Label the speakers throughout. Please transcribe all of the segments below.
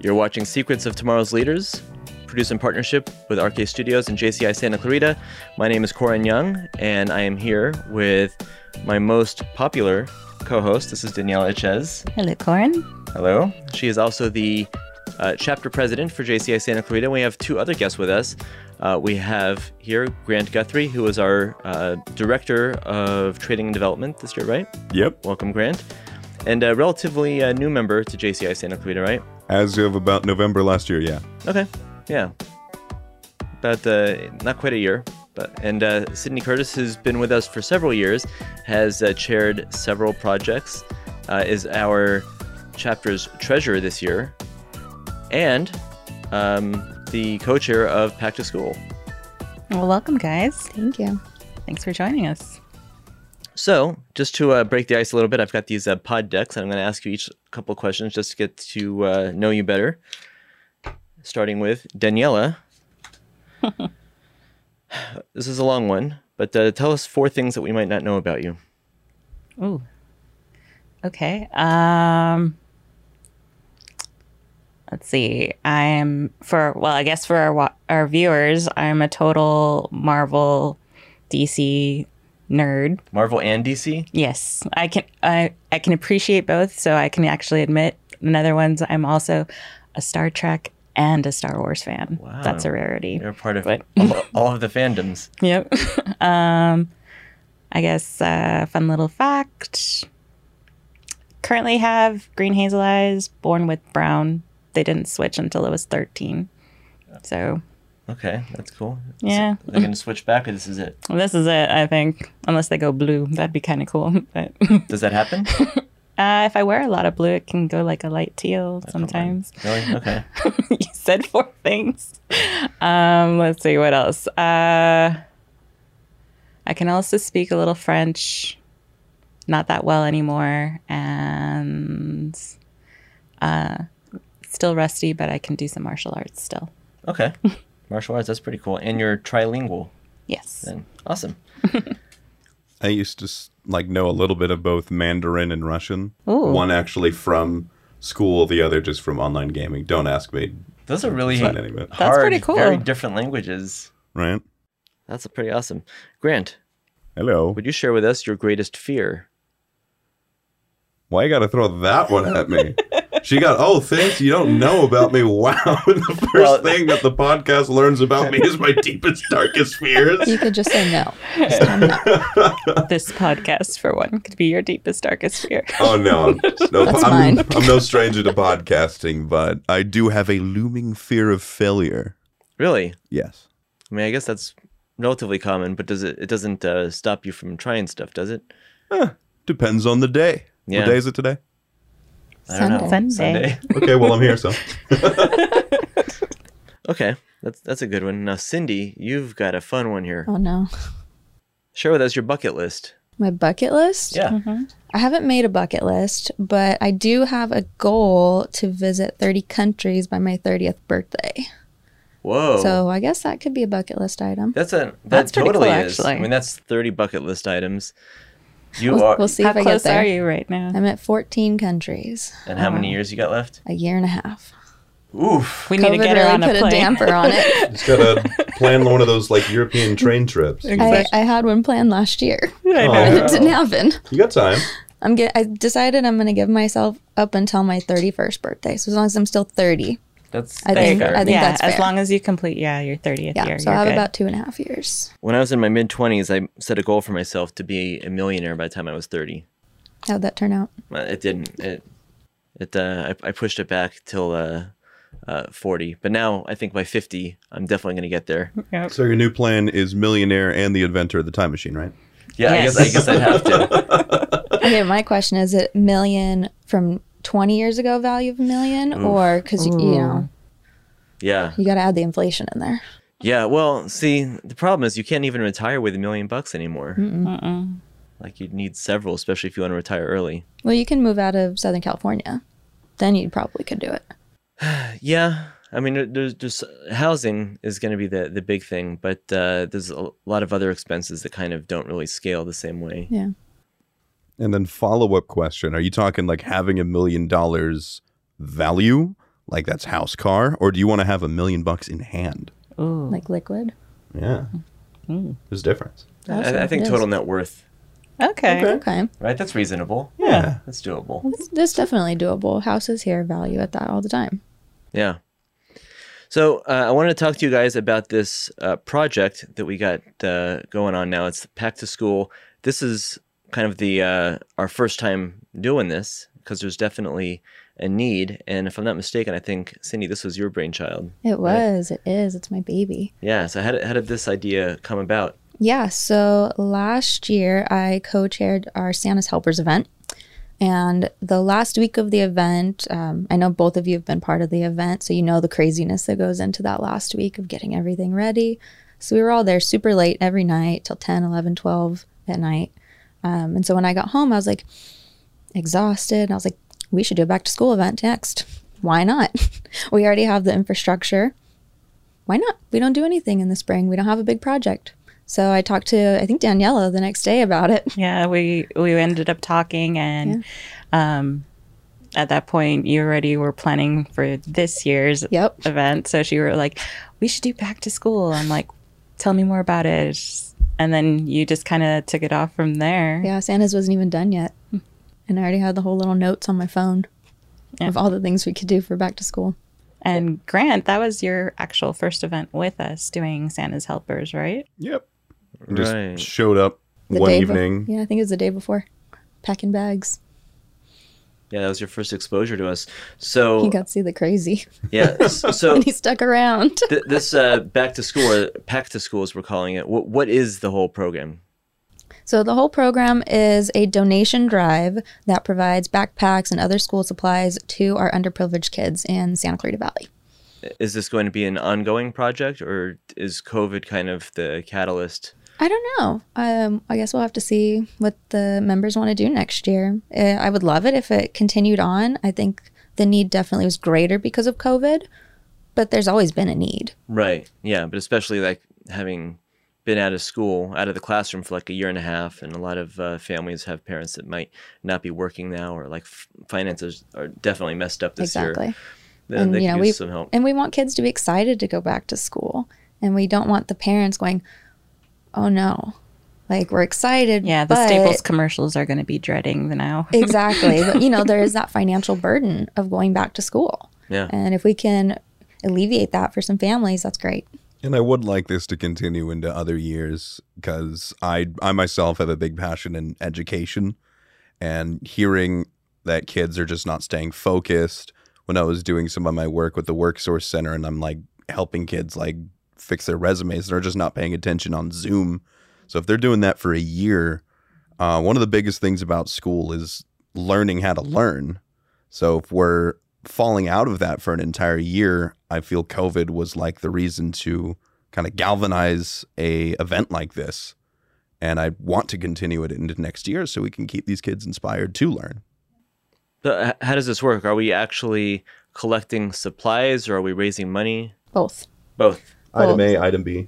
Speaker 1: You're watching Secrets of Tomorrow's Leaders, produced in partnership with RK Studios and JCI Santa Clarita. My name is Corin Young, and I am here with my most popular co host. This is Danielle Echez.
Speaker 2: Hello, Corin.
Speaker 1: Hello. She is also the uh, chapter president for JCI Santa Clarita. We have two other guests with us. Uh, we have here Grant Guthrie, who is our uh, director of trading and development this year, right?
Speaker 3: Yep.
Speaker 1: Welcome, Grant. And a relatively uh, new member to JCI Santa Clarita, right?
Speaker 3: As of about November last year, yeah.
Speaker 1: Okay, yeah. About uh, not quite a year, but and uh, Sydney Curtis has been with us for several years, has uh, chaired several projects, uh, is our chapter's treasurer this year, and um, the co-chair of Pack to School.
Speaker 2: Well, welcome, guys.
Speaker 4: Thank you.
Speaker 2: Thanks for joining us.
Speaker 1: So, just to uh, break the ice a little bit, I've got these uh, pod decks, and I'm going to ask you each a couple of questions just to get to uh, know you better. Starting with Daniela. this is a long one, but uh, tell us four things that we might not know about you.
Speaker 2: Ooh. Okay. Um. Let's see. I'm for well, I guess for our wa- our viewers, I'm a total Marvel, DC nerd.
Speaker 1: Marvel and DC?
Speaker 2: Yes, I can. I I can appreciate both, so I can actually admit another one's. I'm also a Star Trek and a Star Wars fan.
Speaker 1: Wow.
Speaker 2: That's a rarity.
Speaker 1: You're part of
Speaker 2: But-
Speaker 1: all, all of the fandoms.
Speaker 2: Yep. um, I guess uh, fun little fact. Currently have green hazel eyes, born with brown. They didn't switch until I was thirteen. So
Speaker 1: Okay, that's cool.
Speaker 2: Yeah.
Speaker 1: So they're going to switch back, or this is it.
Speaker 2: this is it, I think. Unless they go blue, that'd be kind of cool. But
Speaker 1: Does that happen?
Speaker 2: uh, if I wear a lot of blue, it can go like a light teal sometimes.
Speaker 1: really? Okay.
Speaker 2: you said four things. Um, let's see what else. Uh, I can also speak a little French, not that well anymore, and uh, still rusty, but I can do some martial arts still.
Speaker 1: Okay. Martial arts, that's pretty cool. And you're trilingual.
Speaker 2: Yes.
Speaker 1: Then. Awesome.
Speaker 3: I used to s- like know a little bit of both Mandarin and Russian.
Speaker 2: Ooh.
Speaker 3: One actually from school, the other just from online gaming. Don't ask me,
Speaker 1: Those are really
Speaker 3: Sign any of it.
Speaker 1: hard,
Speaker 3: That's
Speaker 2: pretty cool.
Speaker 1: very different languages.
Speaker 3: right?
Speaker 1: That's pretty awesome. Grant,
Speaker 3: Hello.
Speaker 1: would you share with us your greatest fear?
Speaker 3: Why you got to throw that one at me? she got oh things you don't know about me. Wow, the first
Speaker 1: Well-
Speaker 3: thing that the podcast learns about me is my deepest, darkest fears.
Speaker 4: You could just say no.
Speaker 2: This podcast, for one, could be your deepest, darkest fear.
Speaker 3: Oh no, I'm- no
Speaker 4: That's
Speaker 3: I'm,
Speaker 4: mine.
Speaker 3: I'm no stranger to podcasting, but I do have a looming fear of failure.
Speaker 1: Really?
Speaker 3: Yes.
Speaker 1: I mean, I guess that's relatively common, but does it? It doesn't uh, stop you from trying stuff, does it?
Speaker 3: Depends on the day.
Speaker 1: Yeah.
Speaker 3: What day is it today?
Speaker 1: I don't know.
Speaker 2: Sunday.
Speaker 3: Okay, well I'm here, so
Speaker 1: Okay, that's that's a good one. Now, Cindy, you've got a fun one here.
Speaker 4: Oh no.
Speaker 1: Share with us your bucket list.
Speaker 4: My bucket list?
Speaker 1: Yeah.
Speaker 4: I haven't made a bucket list, but I do have a goal to visit 30 countries by my 30th birthday.
Speaker 2: Oh.
Speaker 1: Whoa.
Speaker 4: So I guess that could be a bucket list item.
Speaker 1: that's a that
Speaker 2: That's pretty
Speaker 1: totally
Speaker 2: cool,
Speaker 1: is. I
Speaker 2: actually.
Speaker 1: mean, that's thirty bucket list items. You
Speaker 4: We'll,
Speaker 1: are.
Speaker 4: we'll see
Speaker 2: How
Speaker 4: if I get
Speaker 2: close
Speaker 4: there. Um,
Speaker 2: are you right now?
Speaker 4: I'm at 14 countries,
Speaker 1: and how many years you got left?
Speaker 4: a year and a half.
Speaker 1: Oof.
Speaker 2: We need to
Speaker 4: COVID
Speaker 2: get her
Speaker 4: really
Speaker 2: on
Speaker 4: put
Speaker 2: a
Speaker 4: a,
Speaker 2: plane.
Speaker 4: damper on it.
Speaker 3: just gotta plan one of those like European train trips.
Speaker 4: I, I had one planned last year,
Speaker 2: I know.
Speaker 4: and it didn't happen.
Speaker 3: You got time.
Speaker 4: I'm get, I decided I'm going to give myself up until my 31st birthday. So as long as I'm still 30,
Speaker 1: That's,
Speaker 4: I
Speaker 1: that's
Speaker 4: think-
Speaker 1: fair.
Speaker 4: I think-
Speaker 2: yeah,
Speaker 4: that's
Speaker 2: as
Speaker 4: fair.
Speaker 2: long as you complete, yeah, your 30th
Speaker 4: yeah.
Speaker 2: year.
Speaker 4: so I
Speaker 2: you're
Speaker 4: have
Speaker 2: good.
Speaker 4: about two and a half years.
Speaker 1: when I was in my mid twenties, I set a goal for myself to be a millionaire by the time I was thirty.
Speaker 4: How'd that turn out?
Speaker 1: Well, it didn't. It it uh, I, I pushed it back till uh, uh, forty. But now I think by fifty, I'm definitely going to get there.
Speaker 2: Yep.
Speaker 3: So your new plan is millionaire and the inventor of the time machine, right?
Speaker 1: Yeah, I guess I
Speaker 2: Yes.
Speaker 1: guess I'd have to.
Speaker 4: Okay, my question is it million from 20 years ago value of a million
Speaker 1: Oof.
Speaker 4: or cuz you know,
Speaker 1: Yeah,
Speaker 4: you got to add the inflation in there.
Speaker 1: yeah. Well, see, the problem is you can't even retire with a million bucks anymore. Like you'd need several, especially if you want to retire early.
Speaker 4: Well, you can move out of Southern California. Then you probably could do it.
Speaker 1: Yeah, I mean, there- there's just housing is going to be the the big thing, but uh, there's a lot of other expenses that kind of don't really scale the same way.
Speaker 4: Yeah.
Speaker 3: And then follow up question: Are you talking like having a million dollars value, Like that's house car, or do you want to have a million bucks in hand?
Speaker 2: Ooh.
Speaker 4: like liquid.
Speaker 3: Yeah, there's a difference.
Speaker 4: Awesome.
Speaker 1: I, I think
Speaker 4: Yes.
Speaker 1: total net worth.
Speaker 2: okay.
Speaker 4: Okay.
Speaker 1: Right, that's reasonable.
Speaker 3: Yeah,
Speaker 1: That's doable.
Speaker 4: This, this is definitely doable. Houses here value at that all the time.
Speaker 1: Yeah. So uh, I wanted to talk to you guys about this uh, project that we got uh, going on now. It's Pack to School. This is kind of the uh, our first time doing this because there's definitely a need. And if I'm not mistaken, I think Cindy, this was your brainchild. Right.
Speaker 4: It was. It is. It's my baby.
Speaker 1: Yeah. So how did, how did this idea come about?
Speaker 4: Yeah. So last year, I co chaired our Santa's Helpers event. And the last week of the event, um, I know both of you have been part of the event. So you know the craziness that goes into that last week of getting everything ready. So we were all there super late every night till 10, 11, 12 at night. Um, and so when I got home, I was like exhausted. And I was like, we should do a back to school event next. Why not? we already have the infrastructure. Why not? We don't do anything in the spring. We don't have a big project. So I talked to, I think, Daniela the next day about it.
Speaker 2: Yeah, we we ended up talking, and um, at that point, you already were planning for this year's
Speaker 4: Yep.
Speaker 2: event. So she were like, "We should do back to school." I'm like, "Tell me more about it," and then you just kind of took it off from there.
Speaker 4: Yeah, Santa's wasn't even done yet. And I already had the whole little notes on my phone of all the things we could do for back to school.
Speaker 2: And Grant, that was your actual first event with us doing Santa's Helpers, right?
Speaker 4: Mm-hmm.
Speaker 3: yep. Just
Speaker 1: Right.
Speaker 3: showed up
Speaker 4: The
Speaker 3: one
Speaker 4: day be-
Speaker 3: evening.
Speaker 4: yeah, I think it was the day before. Packing bags.
Speaker 1: Yeah, that was your first exposure to us.
Speaker 3: Oh.
Speaker 1: So
Speaker 4: He got to see the crazy.
Speaker 1: yeah, s- so
Speaker 4: and he stuck around.
Speaker 1: th- this uh, back to school or pack to school as we're calling it. What what is the whole program?
Speaker 4: So the whole program is a donation drive that provides backpacks and other school supplies to our underprivileged kids in Santa Clarita Valley.
Speaker 1: is this going to be an ongoing project or is covid kind of the catalyst
Speaker 4: I don't know. Um, I guess we'll have to see what the members want to do next year. Uh, I would love it if it continued on. I think the need definitely was greater because of COVID, but there's always been a need.
Speaker 1: right yeah but especially like having been out of school out of the classroom for like a year and a half and a lot of uh, families have parents that might not be working now or like f- finances are definitely messed up this year
Speaker 4: exactly.
Speaker 1: They-
Speaker 4: And,
Speaker 1: they
Speaker 4: you
Speaker 1: could
Speaker 4: know,
Speaker 1: use
Speaker 4: we-
Speaker 1: some help
Speaker 4: And we want kids to be excited to go back to school. And we don't want the parents going, oh no, like we're excited.
Speaker 2: Yeah, the
Speaker 4: but-
Speaker 2: Staples commercials are going to be dreading the now.
Speaker 4: exactly. But, you know, there is that financial burden of going back to school.
Speaker 1: yeah
Speaker 4: And if we can alleviate that for some families, that's great.
Speaker 3: And I would like this to continue into other years because I I myself have a big passion in education and hearing that kids are just not staying focused when I was doing some of my work with the WorkSource Center and I'm like helping kids like fix their resumes and they're just not paying attention on Zoom. So if they're doing that for a year, uh, one of the biggest things about school is learning how to learn. So if we're falling out of that for an entire year, I feel COVID was like the reason to kind of galvanize a event like this. And I want to continue it into next year so we can keep these kids inspired to learn.
Speaker 1: so h- how does this work are we actually collecting supplies or are we raising money
Speaker 4: Both.
Speaker 1: both
Speaker 4: Item
Speaker 3: A, item B.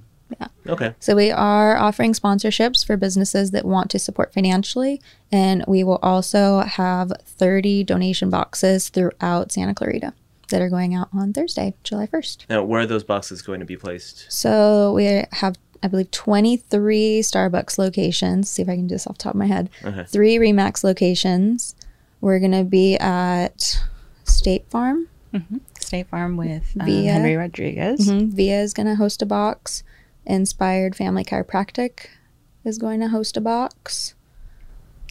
Speaker 1: okay
Speaker 4: So we are offering sponsorships for businesses that want to support financially, and we will also have 30 donation boxes throughout Santa Clarita that are going out on Thursday, July 1st.
Speaker 1: now where are those boxes going to be placed
Speaker 4: So we have I believe 23 Starbucks locations. See if I can do this off the top of my head.
Speaker 1: Okay.
Speaker 4: Three Remax locations. We're going to be at State Farm.
Speaker 2: State Farm with um,
Speaker 4: Via-
Speaker 2: Henry Rodriguez.
Speaker 4: Mhm. Via is going to host a box. Inspired Family Chiropractic is going to host a box.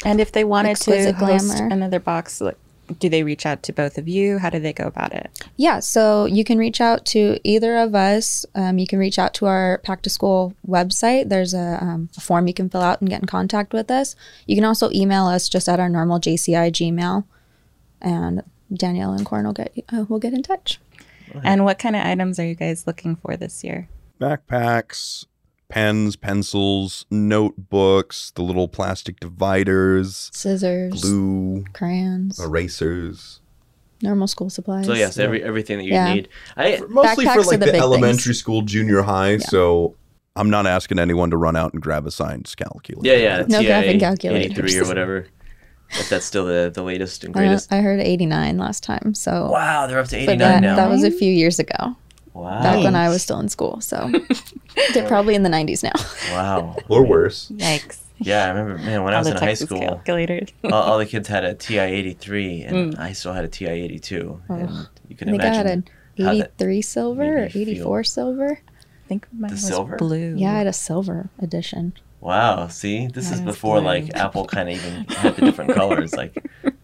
Speaker 2: And if they wanted to
Speaker 4: Exquisite
Speaker 2: host
Speaker 4: glamour.
Speaker 2: another box, like, do they reach out to both of you? How do they go about it?
Speaker 4: Yeah, so you can reach out to either of us. Um, you can reach out to our Pack to School website. There's a, um, a form you can fill out and get in contact with us. You can also email us just at our normal JCI Gmail, and Danielle and Corn will get uh, will get in touch.
Speaker 2: And what kind of items are you guys looking for this year?
Speaker 3: Backpacks, pens, pencils, notebooks, the little plastic dividers,
Speaker 4: Scissors,
Speaker 3: glue,
Speaker 4: crayons,
Speaker 3: erasers.
Speaker 4: normal school supplies.
Speaker 1: so yes every everything that you
Speaker 4: Yeah.
Speaker 1: need i
Speaker 3: Mostly
Speaker 4: Backpacks
Speaker 3: for
Speaker 4: are
Speaker 3: like
Speaker 4: the
Speaker 3: the,
Speaker 4: big
Speaker 3: elementary school, junior high. So I'm not asking anyone to run out and grab a science calculator.
Speaker 1: yeah yeah
Speaker 4: No
Speaker 1: TI
Speaker 4: graphing calculators.
Speaker 1: 83 or whatever If that's still the, the latest and
Speaker 4: Uh,
Speaker 1: greatest.
Speaker 4: I heard 89 last time. So,
Speaker 1: wow, they're up to 89
Speaker 4: but that,
Speaker 1: now.
Speaker 4: that was a few years ago,
Speaker 1: wow.
Speaker 4: back when I
Speaker 5: Nice.
Speaker 4: was still in school. So, they're probably in the 90s now.
Speaker 1: wow.
Speaker 3: or worse.
Speaker 2: Yikes.
Speaker 1: Yeah, I remember, man, when I
Speaker 2: All
Speaker 1: was
Speaker 2: the
Speaker 1: in high
Speaker 2: Texas
Speaker 1: school,
Speaker 2: calculators.
Speaker 1: all, all the kids had a TI 83,
Speaker 4: Mm.
Speaker 1: and I still had a TI 82.
Speaker 4: Oh.
Speaker 1: And you
Speaker 4: I
Speaker 1: can
Speaker 4: think I had
Speaker 1: imagine.
Speaker 4: an
Speaker 1: how that
Speaker 4: 83 silver
Speaker 1: made
Speaker 4: or
Speaker 1: me feel.
Speaker 4: 84 silver.
Speaker 2: I think mine was
Speaker 1: silver?
Speaker 2: blue.
Speaker 4: Yeah, I had a silver edition.
Speaker 1: Wow, see, this is
Speaker 2: That is
Speaker 1: before like
Speaker 2: brilliant.
Speaker 1: Apple kind of even had the different colors. Like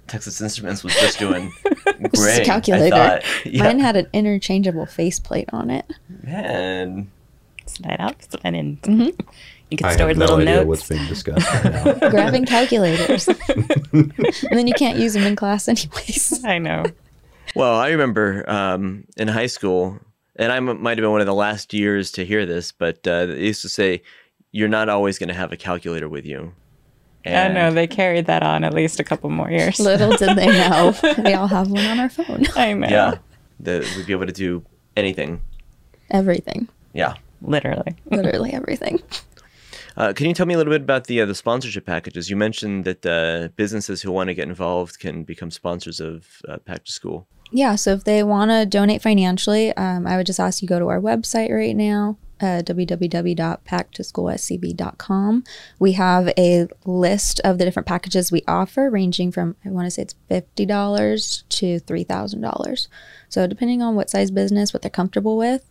Speaker 1: Texas Instruments was just doing
Speaker 4: Just
Speaker 1: gray.
Speaker 4: a calculator.
Speaker 1: I thought. Yeah.
Speaker 4: Mine had an interchangeable faceplate on it.
Speaker 1: man.
Speaker 2: It's night out, Mm-hmm. it's night in.
Speaker 4: Mhm.
Speaker 2: You could store little notes.
Speaker 3: being discussed right now.
Speaker 4: Grabbing calculators. and then you can't use them in class, anyways.
Speaker 2: I know.
Speaker 1: Well, I remember um, in high school, and I m- might have been one of the last years to hear this, but uh, they used to say, "You're not always going to have a calculator with you."
Speaker 2: I
Speaker 1: And
Speaker 2: know. They carried that on at least a couple more years.
Speaker 4: Little did they know, we all have one on our phone.
Speaker 2: I know.
Speaker 1: yeah, that we'd be able to do anything.
Speaker 4: Everything,
Speaker 1: Yeah.
Speaker 2: Literally.
Speaker 4: literally everything.
Speaker 1: Uh, can you tell me a little bit about the uh, the sponsorship packages? You mentioned that uh, businesses who want to get involved can become sponsors of uh, Pack to School.
Speaker 4: Yeah, so if they want to donate financially, um, I would just ask you go to our website right now, uh, www.packtoschoolscb.com. We have a list of the different packages we offer, ranging from I want to say it's fifty dollars to three thousand dollars. So depending on what size business, what they're comfortable with,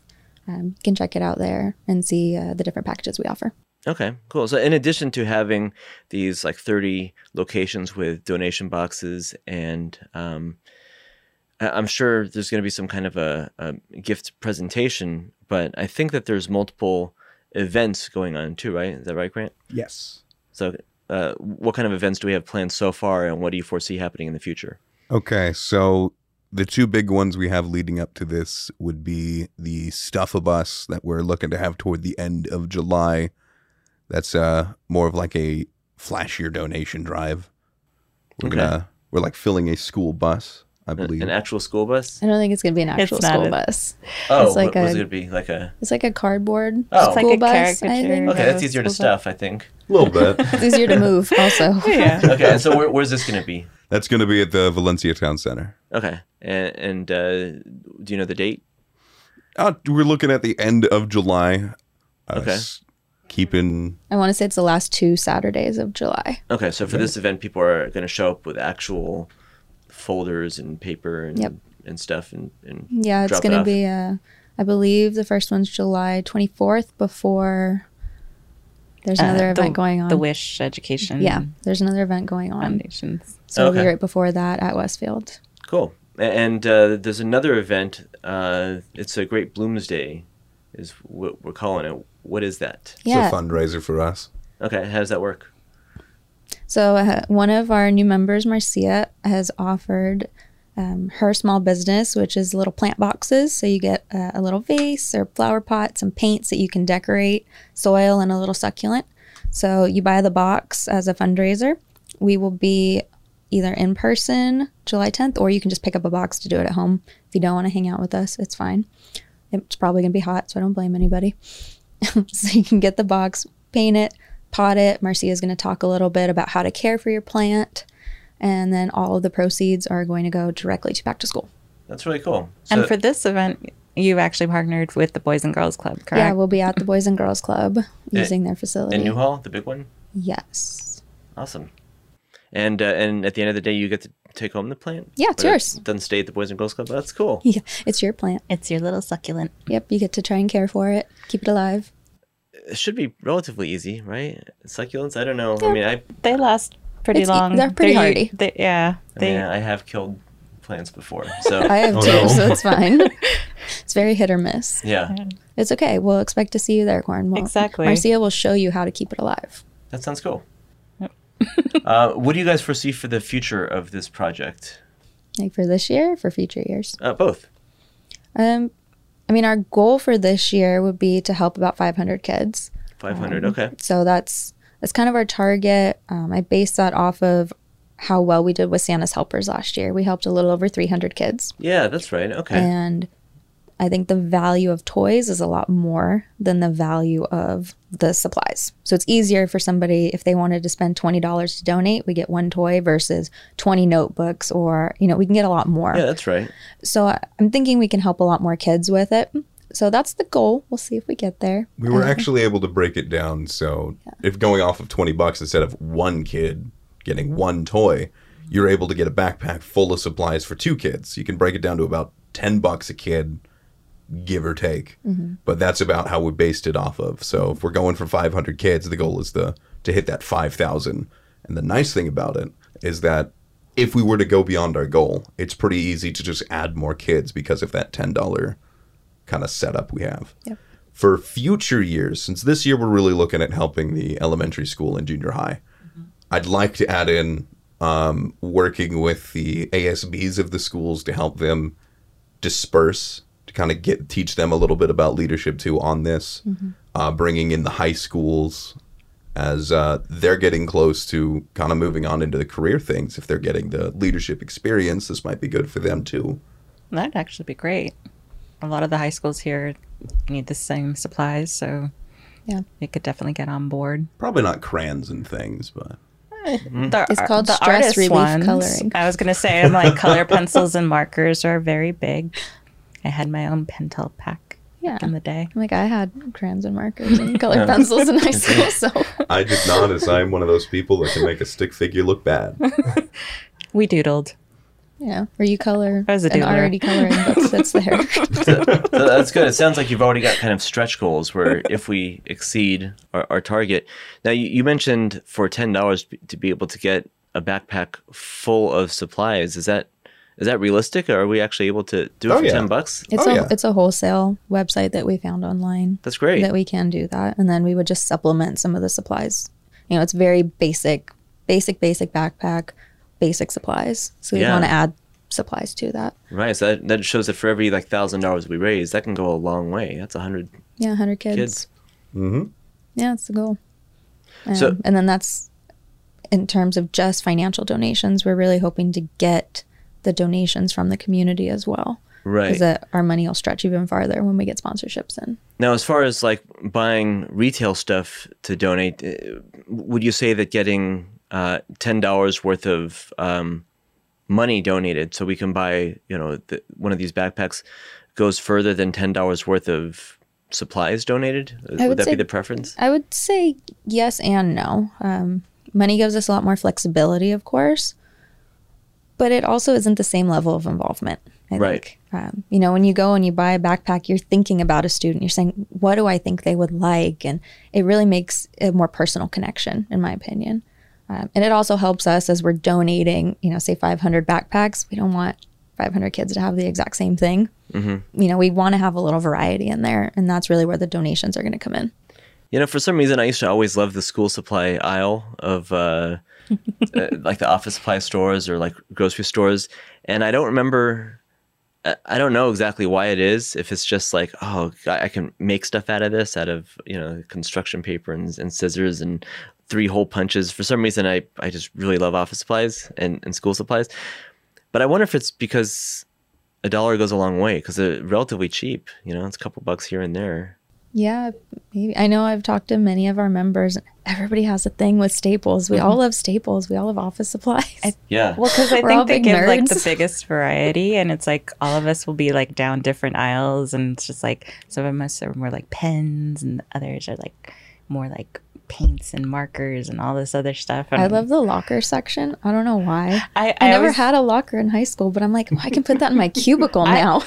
Speaker 4: um, you can check it out there and see uh, the different packages we offer.
Speaker 1: Okay, cool. So in addition to having these like 30 locations with donation boxes and um, I- I'm sure there's going to be some kind of a, a gift presentation, but I think that there's multiple events going on too, right? Is that right, Grant?
Speaker 3: Yes.
Speaker 1: So uh, what kind of events do we have planned so far and what do you foresee happening in the future?
Speaker 3: Okay, so the two big ones we have leading up to this would be the stuff of us that we're looking to have toward the end of July. That's uh more of like a flashier donation drive. We're
Speaker 1: Okay.
Speaker 3: gonna we're like filling a school bus, I
Speaker 1: An-
Speaker 3: believe.
Speaker 1: An actual school bus?
Speaker 4: I don't think it's going to be an actual
Speaker 2: not
Speaker 4: school
Speaker 2: a-
Speaker 4: bus.
Speaker 1: Oh,
Speaker 4: It's like
Speaker 1: what was
Speaker 4: a-
Speaker 1: it going to be? Like a.
Speaker 4: It's like a cardboard
Speaker 1: Oh. It's
Speaker 4: school
Speaker 1: like
Speaker 2: a
Speaker 4: bus. I
Speaker 2: caricature.
Speaker 4: think
Speaker 2: Yeah,
Speaker 1: Okay, that's
Speaker 4: of
Speaker 1: easier to
Speaker 4: school bus.
Speaker 1: stuff, I think.
Speaker 3: a little bit.
Speaker 4: It's easier to move, also.
Speaker 2: Yeah. Uh,
Speaker 1: Okay, and so where, where's this going to be?
Speaker 3: That's gonna be at the Valencia Town Center.
Speaker 1: Okay, and, and uh, do you know the date?
Speaker 3: Uh, we're looking at the end of July. Uh,
Speaker 1: Okay.
Speaker 3: s- Keeping
Speaker 4: I want to say it's the last two Saturdays of July.
Speaker 1: Okay, so for this event, people are going to show up with actual folders and paper and
Speaker 4: Yep. Mm-hmm.
Speaker 1: and stuff and, and
Speaker 4: Yeah, it's
Speaker 1: drop it
Speaker 4: going to
Speaker 1: off.
Speaker 4: be, uh, I believe the first one's July 24th before there's another
Speaker 2: Uh, the-
Speaker 4: event going on.
Speaker 2: The Wish Education
Speaker 4: Yeah, there's another event going on.
Speaker 2: Foundations.
Speaker 4: So it'll
Speaker 1: Okay.
Speaker 4: be right before that at Westfield.
Speaker 1: cool. A- And uh, there's another event. Uh, it's a Great Bloomsday, is what we're calling it. What is that?
Speaker 4: Yeah.
Speaker 3: it's a fundraiser for us.
Speaker 1: Okay, how does that work?
Speaker 4: So uh, one of our new members, Marcia, has offered um, her small business, which is little plant boxes. So you get uh, a little vase or flower pot, some paints that you can decorate, soil, and a little succulent. So you buy the box as a fundraiser. We will be either in person July 10th, or you can just pick up a box to do it at home. If you don't want to hang out with us, it's fine. It's probably going to be hot, so I don't blame anybody. so you can get the box, paint it, pot it. Marcia is going to talk a little bit about how to care for your plant. And then all of the proceeds are going to go directly to back to school.
Speaker 1: That's really cool. So,
Speaker 2: and for this event, you actually partnered with the Boys and Girls Club, correct?
Speaker 4: Yeah, we'll be at the Boys and Girls Club using their facility.
Speaker 1: in Newhall, the big one,
Speaker 4: yes.
Speaker 1: awesome. And uh, and at the end of the day, you get to take home the plant.
Speaker 4: Yeah, it's
Speaker 1: But it
Speaker 4: yours.
Speaker 1: Doesn't stay at the Boys and Girls Club. That's cool.
Speaker 4: Yeah, it's your plant.
Speaker 2: it's your little succulent.
Speaker 4: Yep, you get to try and care for it, keep it alive.
Speaker 1: It should be relatively easy, right? Succulents. I don't know. I mean, I
Speaker 2: They last pretty
Speaker 4: It's- e-
Speaker 2: long.
Speaker 4: they're pretty
Speaker 2: u-
Speaker 4: hardy.
Speaker 2: they- yeah.
Speaker 1: I
Speaker 2: They,
Speaker 1: mean, I have killed plants before, so
Speaker 4: I have
Speaker 3: Oh,
Speaker 4: two,
Speaker 3: no.
Speaker 4: so it's fine. it's very hit or miss.
Speaker 1: yeah,
Speaker 4: It's okay. We'll expect to see you there, Corn. We'll-
Speaker 2: Exactly.
Speaker 4: Marcia will show you how to keep it alive.
Speaker 1: that sounds cool. uh, what do you guys foresee for the future of this project?
Speaker 4: Like for this year, for future years.
Speaker 1: Uh, both.
Speaker 4: Um, I mean, our goal for this year would be to help about 500 kids.
Speaker 1: Five hundred.
Speaker 4: Um,
Speaker 1: okay.
Speaker 4: So that's that's kind of our target. Um, I based that off of how well we did with Santa's Helpers last year. We helped a little over 300 kids,
Speaker 1: Yeah, that's right. Okay.
Speaker 4: and I think the value of toys is a lot more than the value of the supplies. So it's easier for somebody if they wanted to spend $20 to donate, we get one toy versus 20 notebooks or, you know, we can get a lot more.
Speaker 1: Yeah, that's right.
Speaker 4: So I- I'm thinking we can help a lot more kids with it. So that's the goal. We'll see if we get there.
Speaker 3: We were
Speaker 4: Uh,
Speaker 3: actually able to break it down. So if going off of 20 bucks instead of one kid getting one toy, you're able to get a backpack full of supplies for two kids. You can break it down to about 10 bucks a kid, give or take. But that's about how we based it off of. So if we're going for 500 kids, the goal is the, to hit that 5,000. And the nice thing about it is that if we were to go beyond our goal, it's pretty easy to just add more kids because of that $10 kind of setup we have. For future years, since this year we're really looking at helping the elementary school and junior high, I'd like to add in um, working with the ASBs of the schools to help them disperse to kind of get teach them a little bit about leadership too on this, uh, bringing in the high schools as uh, they're getting close to kind of moving on into the career things. If they're getting the leadership experience, this might be good for them too.
Speaker 2: That'd actually be great. A lot of the high schools here need the same supplies, so
Speaker 4: Yeah.
Speaker 2: they could definitely get on board.
Speaker 3: Probably not crayons and things, but
Speaker 2: The
Speaker 4: It's
Speaker 2: ar-
Speaker 4: called stress
Speaker 2: artist
Speaker 4: relief coloring.
Speaker 2: I was gonna say, I'm like color pencils and markers are very big. I had my own pentel pack
Speaker 4: Yeah.
Speaker 2: back in the day.
Speaker 4: Like I had crayons and markers and colored pencils in high school, so
Speaker 3: I did not, as I'm one of those people that can make a stick figure look bad.
Speaker 2: We doodled.
Speaker 4: yeah. Or you color
Speaker 2: I was a
Speaker 4: an
Speaker 2: doodler.
Speaker 4: already coloring book that's there.
Speaker 1: Oh, So that's good. It sounds like you've already got kind of stretch goals where if we exceed our, our target. Now, you, you mentioned for ten dollars to be able to get a backpack full of supplies. Is that is that realistic? Or are we actually able to do it
Speaker 3: Oh,
Speaker 1: for
Speaker 3: yeah.
Speaker 1: ten bucks?
Speaker 4: It's
Speaker 3: Oh,
Speaker 4: a
Speaker 3: yeah.
Speaker 4: it's a wholesale website that we found online
Speaker 1: That's great.
Speaker 4: that we can do that, and then we would just supplement some of the supplies. You know, it's very basic, basic, basic backpack, basic supplies. So we
Speaker 1: Yeah.
Speaker 4: want to add supplies to that.
Speaker 1: right. So that, that shows that for every like thousand dollars we raise, that can go a long way. That's a hundred
Speaker 4: Yeah, hundred kids.
Speaker 1: kids.
Speaker 4: Yeah, that's the goal. Um,
Speaker 1: So-
Speaker 4: and then that's in terms of just financial donations. We're really hoping to get the donations from the community as well.
Speaker 1: Right.
Speaker 4: Because that our money will stretch even farther when we get sponsorships in.
Speaker 1: Now, as far as like buying retail stuff to donate, uh, would you say that getting uh, ten dollars worth of um, money donated, so we can buy, you know, the, one of these backpacks, goes further than ten dollars worth of supplies donated? Uh,
Speaker 4: would
Speaker 1: would that
Speaker 4: say-
Speaker 1: be the preference?
Speaker 4: I would say yes and no. Um, money gives us a lot more flexibility, of course, but it also isn't the same level of involvement. I
Speaker 1: Right.
Speaker 4: Think. Um, you know, when you go and you buy a backpack, you're thinking about a student. You're saying, "What do I think they would like?" And it really makes a more personal connection, in my opinion. Um, and it also helps us as we're donating. You know, say 500 backpacks. We don't want 500 kids to have the exact same thing. You know, we want to have a little variety in there, and that's really where the donations are going to come in.
Speaker 1: You know, for some reason, I used to always love the school supply aisle of uh, uh, like the office supply stores or like grocery stores. And I don't remember, I- I don't know exactly why it is. If it's just like, oh, I I can make stuff out of this, out of, you know, construction paper and, and scissors and three hole punches. For some reason, I, I just really love office supplies and, and school supplies. But I wonder if it's because a dollar goes a long way because they're relatively cheap. You know, it's a couple bucks here and there.
Speaker 4: Yeah, maybe. I know I've talked to many of our members. and Everybody has a thing with staples. We all love staples. We all love office supplies.
Speaker 1: Yeah.
Speaker 2: Well, because Mm-hmm. I
Speaker 4: We're all
Speaker 2: think they
Speaker 4: big
Speaker 2: give like
Speaker 4: nerds.
Speaker 2: the biggest variety, and it's like all of us will be like down different aisles, and it's just like some of us are more like pens, and others are like more like paints and markers and all this other stuff. And
Speaker 4: I love the locker section. I don't know why.
Speaker 2: I,
Speaker 4: I, never
Speaker 2: always-
Speaker 4: had a locker in high school, but I'm like, "Oh, I can put that in my cubicle now.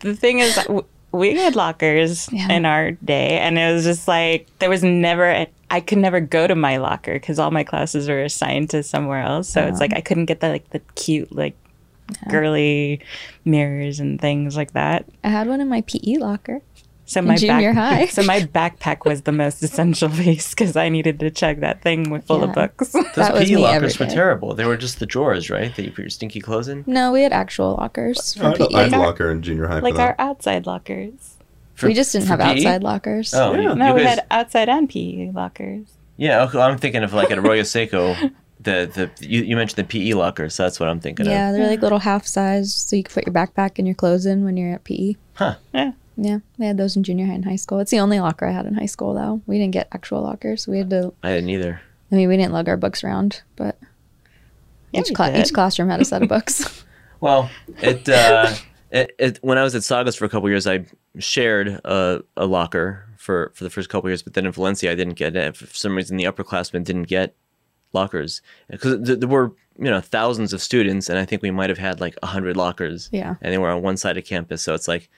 Speaker 2: the thing is w- we had lockers
Speaker 4: Yeah.
Speaker 2: in our day and it was just like there was never a- I could never go to my locker because all my classes were assigned to somewhere else so it's like
Speaker 4: Oh.
Speaker 2: i couldn't get the like the cute like girly mirrors and things like that
Speaker 4: I had one in my PE locker.
Speaker 2: so my
Speaker 4: junior high.
Speaker 2: so my backpack was the most essential piece because i needed to chug that thing with full
Speaker 4: Yeah.
Speaker 2: of books
Speaker 1: Those
Speaker 4: That was
Speaker 1: PE
Speaker 4: me
Speaker 1: lockers
Speaker 4: every
Speaker 1: were
Speaker 4: day.
Speaker 1: terrible. They were just the drawers, right? That you put your stinky clothes in.
Speaker 4: No, we had actual lockers for E.
Speaker 3: I'd,
Speaker 4: PE.
Speaker 3: I'd locker in junior high
Speaker 2: like
Speaker 3: for
Speaker 2: our
Speaker 3: that.
Speaker 2: outside lockers
Speaker 1: For-
Speaker 4: we just didn't
Speaker 1: for
Speaker 4: have
Speaker 1: PE?
Speaker 4: outside lockers.
Speaker 1: Oh, you-
Speaker 3: Yeah.
Speaker 1: you
Speaker 2: no we
Speaker 1: guys-
Speaker 2: had outside and pe E lockers
Speaker 1: yeah. Okay, I'm thinking of like an Arroyo Seco the the you, you mentioned the PE locker, so that's what I'm thinking
Speaker 4: yeah,
Speaker 1: of.
Speaker 4: they're like little half size, so you can put your backpack and your clothes in when you're at PE.
Speaker 1: Huh.
Speaker 2: Yeah.
Speaker 4: Yeah, they had those in junior high and high school. It's the only locker I had in high school, though. We didn't get actual lockers. We had to.
Speaker 1: I didn't either.
Speaker 4: I mean, we didn't lug our books around, but
Speaker 2: Yeah,
Speaker 4: each
Speaker 2: we
Speaker 4: cla-
Speaker 2: did.
Speaker 4: each classroom had a set of books.
Speaker 1: Well, it, uh, it, it when I was at Sagas for a couple years, I shared a, a locker for, for the first couple years, but then in Valencia, I didn't get it. For some reason, the upperclassmen didn't get lockers because th- there were you know thousands of students, and I think we might have had like hundred lockers,
Speaker 4: Yeah.
Speaker 1: and they were on one side of campus, so it's like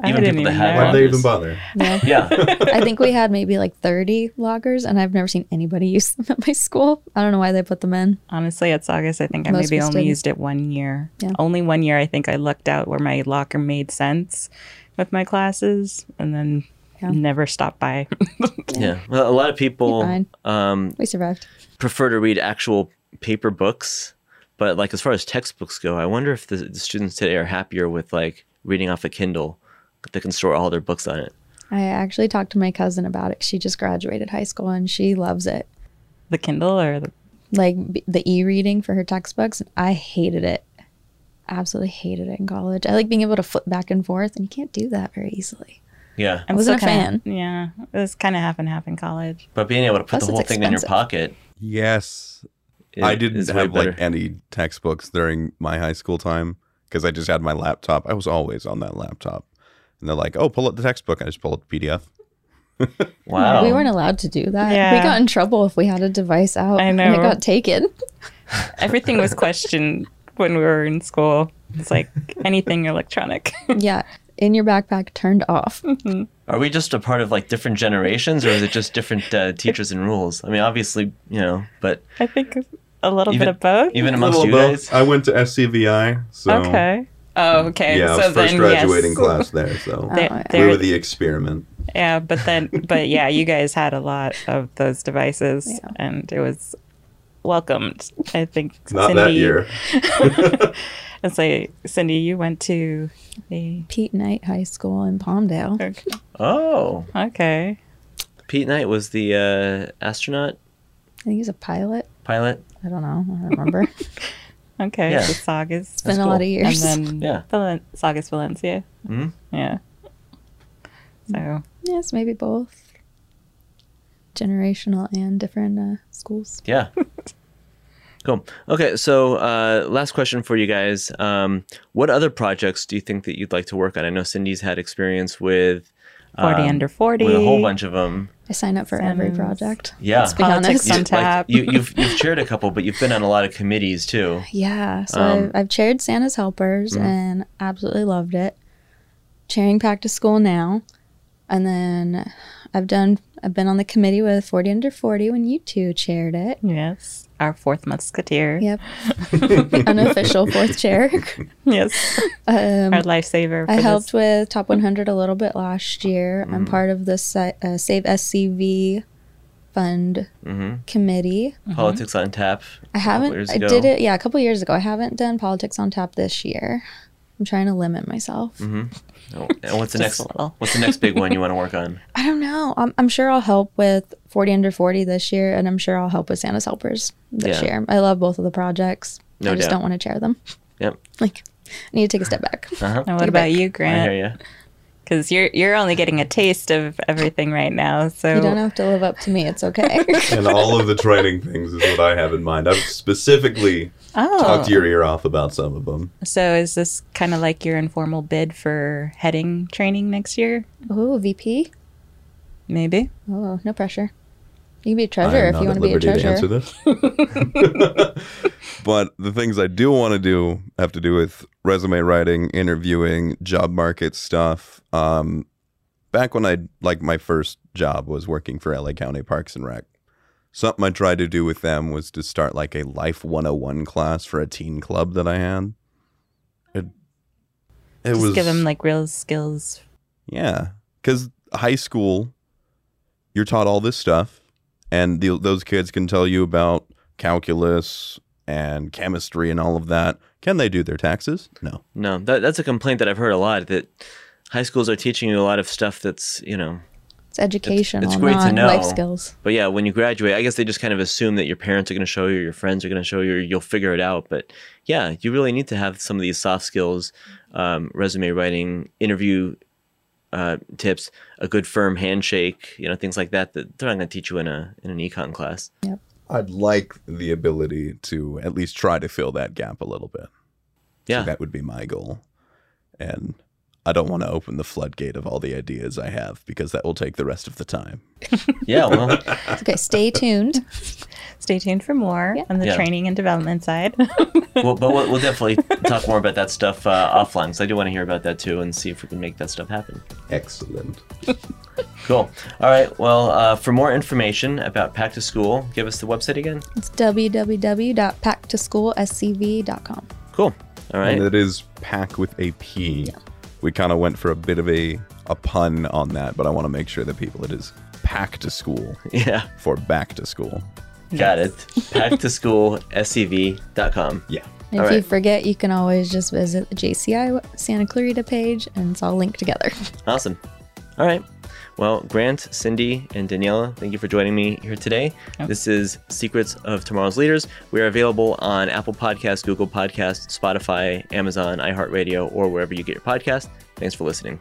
Speaker 2: I
Speaker 1: Even
Speaker 2: didn't
Speaker 1: people that
Speaker 2: even
Speaker 1: had
Speaker 2: know.
Speaker 1: one, they-
Speaker 3: bother?
Speaker 4: Yeah.
Speaker 1: yeah,
Speaker 4: I think we had maybe like 30 lockers, and I've never seen anybody use them at my school. I don't know why they put them in.
Speaker 2: Honestly, at Saugus, I think I
Speaker 4: Most
Speaker 2: maybe
Speaker 4: of us
Speaker 2: only
Speaker 4: didn't.
Speaker 2: used it one year.
Speaker 4: Yeah.
Speaker 2: Only one year, I think I lucked out where my locker made sense with my classes, and then
Speaker 4: Yeah.
Speaker 2: never stopped by.
Speaker 1: yeah. Well, a lot of people
Speaker 4: fine.
Speaker 1: um,
Speaker 4: We survived.
Speaker 1: prefer to read actual paper books, but like as far as textbooks go, I wonder if the, the students today are happier with like reading off a Kindle. They can store all their books on it.
Speaker 4: I actually talked to my cousin about it. She just graduated high school and she loves it.
Speaker 2: the Kindle or the
Speaker 4: Like b- the e reading for her textbooks, I hated it. Absolutely hated it in college. I like being able to flip back and forth, and you can't do that very easily.
Speaker 1: Yeah,
Speaker 2: I'm
Speaker 4: wasn't
Speaker 2: still
Speaker 4: a
Speaker 2: kinda- Yeah, it was kind of half and half in college.
Speaker 1: but being able to put
Speaker 4: Plus
Speaker 1: the
Speaker 4: it's
Speaker 1: whole thing in your
Speaker 4: expensive.
Speaker 1: pocket.
Speaker 3: Yes.
Speaker 1: i-
Speaker 3: I didn't
Speaker 1: is way
Speaker 3: have like
Speaker 1: better.
Speaker 3: any textbooks during my high school time because I just had my laptop. I was always on that laptop. And they're like, oh, pull up the textbook. I just pull up the PDF.
Speaker 1: wow.
Speaker 4: We weren't allowed to do that. We
Speaker 2: Yeah.
Speaker 4: got in trouble if we had a device out.
Speaker 2: I
Speaker 4: and
Speaker 2: know.
Speaker 4: it got taken.
Speaker 2: Everything was questioned when we were in school. It's like anything electronic.
Speaker 4: yeah. In your backpack, turned off.
Speaker 1: Are we just a part of like different generations, or is it just different uh, teachers and rules? I mean, obviously, you know, but
Speaker 2: I think a little
Speaker 1: Even-
Speaker 2: bit of both.
Speaker 1: even amongst you guys,
Speaker 3: I went to SCVI. So,
Speaker 2: okay. Oh, okay. so then, yes.
Speaker 3: there. So
Speaker 2: There-
Speaker 4: Oh, yeah.
Speaker 2: there-
Speaker 3: the experiment.
Speaker 2: yeah, but then, but yeah, you guys had a lot of those devices, and it was welcomed. I think Cindy. And say, Cindy, you went to the
Speaker 4: Pete Knight High School in Palmdale.
Speaker 2: okay.
Speaker 1: oh,
Speaker 2: okay.
Speaker 1: Pete Knight was the uh, astronaut
Speaker 4: I think he's a pilot.
Speaker 1: pilot.
Speaker 4: I don't know. I don't remember. it's
Speaker 2: Okay,
Speaker 1: Yeah.
Speaker 2: the Saugus,
Speaker 1: That's
Speaker 4: been a lot
Speaker 1: cool.
Speaker 4: of
Speaker 2: and
Speaker 4: years.
Speaker 2: then
Speaker 1: Yeah.
Speaker 2: Valen- Saugus Valencia.
Speaker 1: Mhm.
Speaker 2: Yeah. So
Speaker 4: yes, maybe both. Generational and different uh, schools.
Speaker 1: Yeah. cool. Okay, so uh, last question for you guys. Um, what other projects do you think that you'd like to work on? I know Cindy's had experience with
Speaker 2: forty
Speaker 1: um,
Speaker 2: under forty.
Speaker 1: with a whole bunch of them.
Speaker 4: I sign up for every
Speaker 2: Sounds-
Speaker 4: project.
Speaker 1: Yeah.
Speaker 4: Let's be
Speaker 2: Politics
Speaker 4: honest.
Speaker 2: on tap.
Speaker 1: you, you've you've chaired a couple, but you've been on a lot of committees too.
Speaker 4: Yeah. So
Speaker 1: Um, mm-hmm.
Speaker 4: I've, I've chaired Santa's Helpers and absolutely loved it. Chairing Practice School now. And then I've done, I've been on the committee with 40 Under 40 when you two chaired it.
Speaker 2: Yes, our fourth musketeer.
Speaker 4: Yep. the unofficial fourth chair.
Speaker 2: Yes,
Speaker 4: Um,
Speaker 2: our lifesaver. For
Speaker 4: I
Speaker 2: this.
Speaker 4: helped with Top 100 a little bit last year. I'm
Speaker 1: Mm.
Speaker 4: part of the si- uh, Save SCV Fund
Speaker 1: hmm
Speaker 4: Committee.
Speaker 1: Politics on tap.
Speaker 4: Mm-hmm. I
Speaker 1: years
Speaker 4: haven't, I
Speaker 1: ago.
Speaker 4: did it, yeah, a couple years ago. I haven't done Politics on Tap this year. I'm trying to limit myself.
Speaker 1: Oh, and what's the
Speaker 2: Just
Speaker 1: next?
Speaker 2: a little.
Speaker 1: What's the next big one you want to work on?
Speaker 4: I don't know. I'm, I'm sure I'll help with 40 Under 40 this year, and I'm sure I'll help with Santa's Helpers this
Speaker 1: Yeah.
Speaker 4: year. I love both of the projects.
Speaker 1: No
Speaker 4: I just
Speaker 1: doubt.
Speaker 4: don't want to chair them.
Speaker 1: Yep.
Speaker 4: Like, I need to take a step back.
Speaker 1: Uh-huh.
Speaker 2: And what
Speaker 4: You
Speaker 2: about
Speaker 4: bet.
Speaker 2: you,
Speaker 1: I
Speaker 2: Grant?
Speaker 1: hear you.
Speaker 2: Because you're you're only getting a taste of everything right now. So
Speaker 4: You don't have to live up to me. It's okay.
Speaker 3: and all of the training things is what I have in mind. I've specifically
Speaker 2: oh,
Speaker 3: your ear off about some of them.
Speaker 2: so is this kind of like your informal bid for heading training next year?
Speaker 4: Ooh, VP.
Speaker 2: Maybe.
Speaker 4: Oh, no pressure. You can be a treasurer if you want to be a treasurer.
Speaker 3: this. but the things I do want to do have to do with resume writing, interviewing, job market stuff. Um, back when I like my first job was working for LA County Parks and Rec. Something I tried to do with them was to start like a life 101 class for a teen club that I had. It, it
Speaker 2: Just
Speaker 3: was
Speaker 2: give them like real skills.
Speaker 3: yeah, because high school, you're taught all this stuff, and the, those kids can tell you about calculus and chemistry and all of that. Can they do their taxes? No.
Speaker 1: No, that, that's a complaint that I've heard a lot. That high schools are teaching you a lot of stuff that's you know
Speaker 4: It's It's educational,
Speaker 1: great to
Speaker 4: not
Speaker 1: know.
Speaker 4: life skills.
Speaker 1: But yeah, when you graduate, I guess they just kind of assume that your parents are going to show you, or your friends are going to show you, or you'll figure it out. But yeah, you really need to have some of these soft skills, um, resume writing, interview uh, tips, a good firm handshake, you know, things like that that they're not going to teach you in a in an econ class.
Speaker 3: I'd like the ability to at least try to fill that gap a little bit.
Speaker 1: Yeah,
Speaker 3: So that would be my goal. And I don't want to open the floodgate of all the ideas I have because that will take the rest of the time.
Speaker 1: yeah. Well,
Speaker 4: Okay, stay tuned.
Speaker 2: Stay tuned for more
Speaker 4: Yeah.
Speaker 2: on the
Speaker 1: Yeah.
Speaker 2: training and development side.
Speaker 1: well, but we'll, we'll definitely talk more about that stuff uh, offline because I do want to hear about that too and see if we can make that stuff happen.
Speaker 3: Excellent.
Speaker 1: Cool. All right. Well, uh, for more information about Pack to School, give us the website again.
Speaker 4: It's www.packtoschoolscv.com.
Speaker 1: Cool. All right.
Speaker 3: And it is pack with a P. We kind of went for a bit of a, a pun on that, but I want to make sure that people it is pack to school
Speaker 1: yeah.
Speaker 3: for back to school.
Speaker 1: Got it. Back to school, sev.com.
Speaker 3: Yeah.
Speaker 4: And
Speaker 1: All
Speaker 4: if you
Speaker 1: right.
Speaker 4: forget, you can always just visit the JCI Santa Clarita page and it's all linked together.
Speaker 1: Awesome. All right. Well, Grant, Cindy, and Daniela, thank you for joining me here today. This is Secrets of Tomorrow's Leaders. We are available on Apple Podcasts, Google Podcasts, Spotify, Amazon, iHeartRadio, or wherever you get your podcast. Thanks for listening.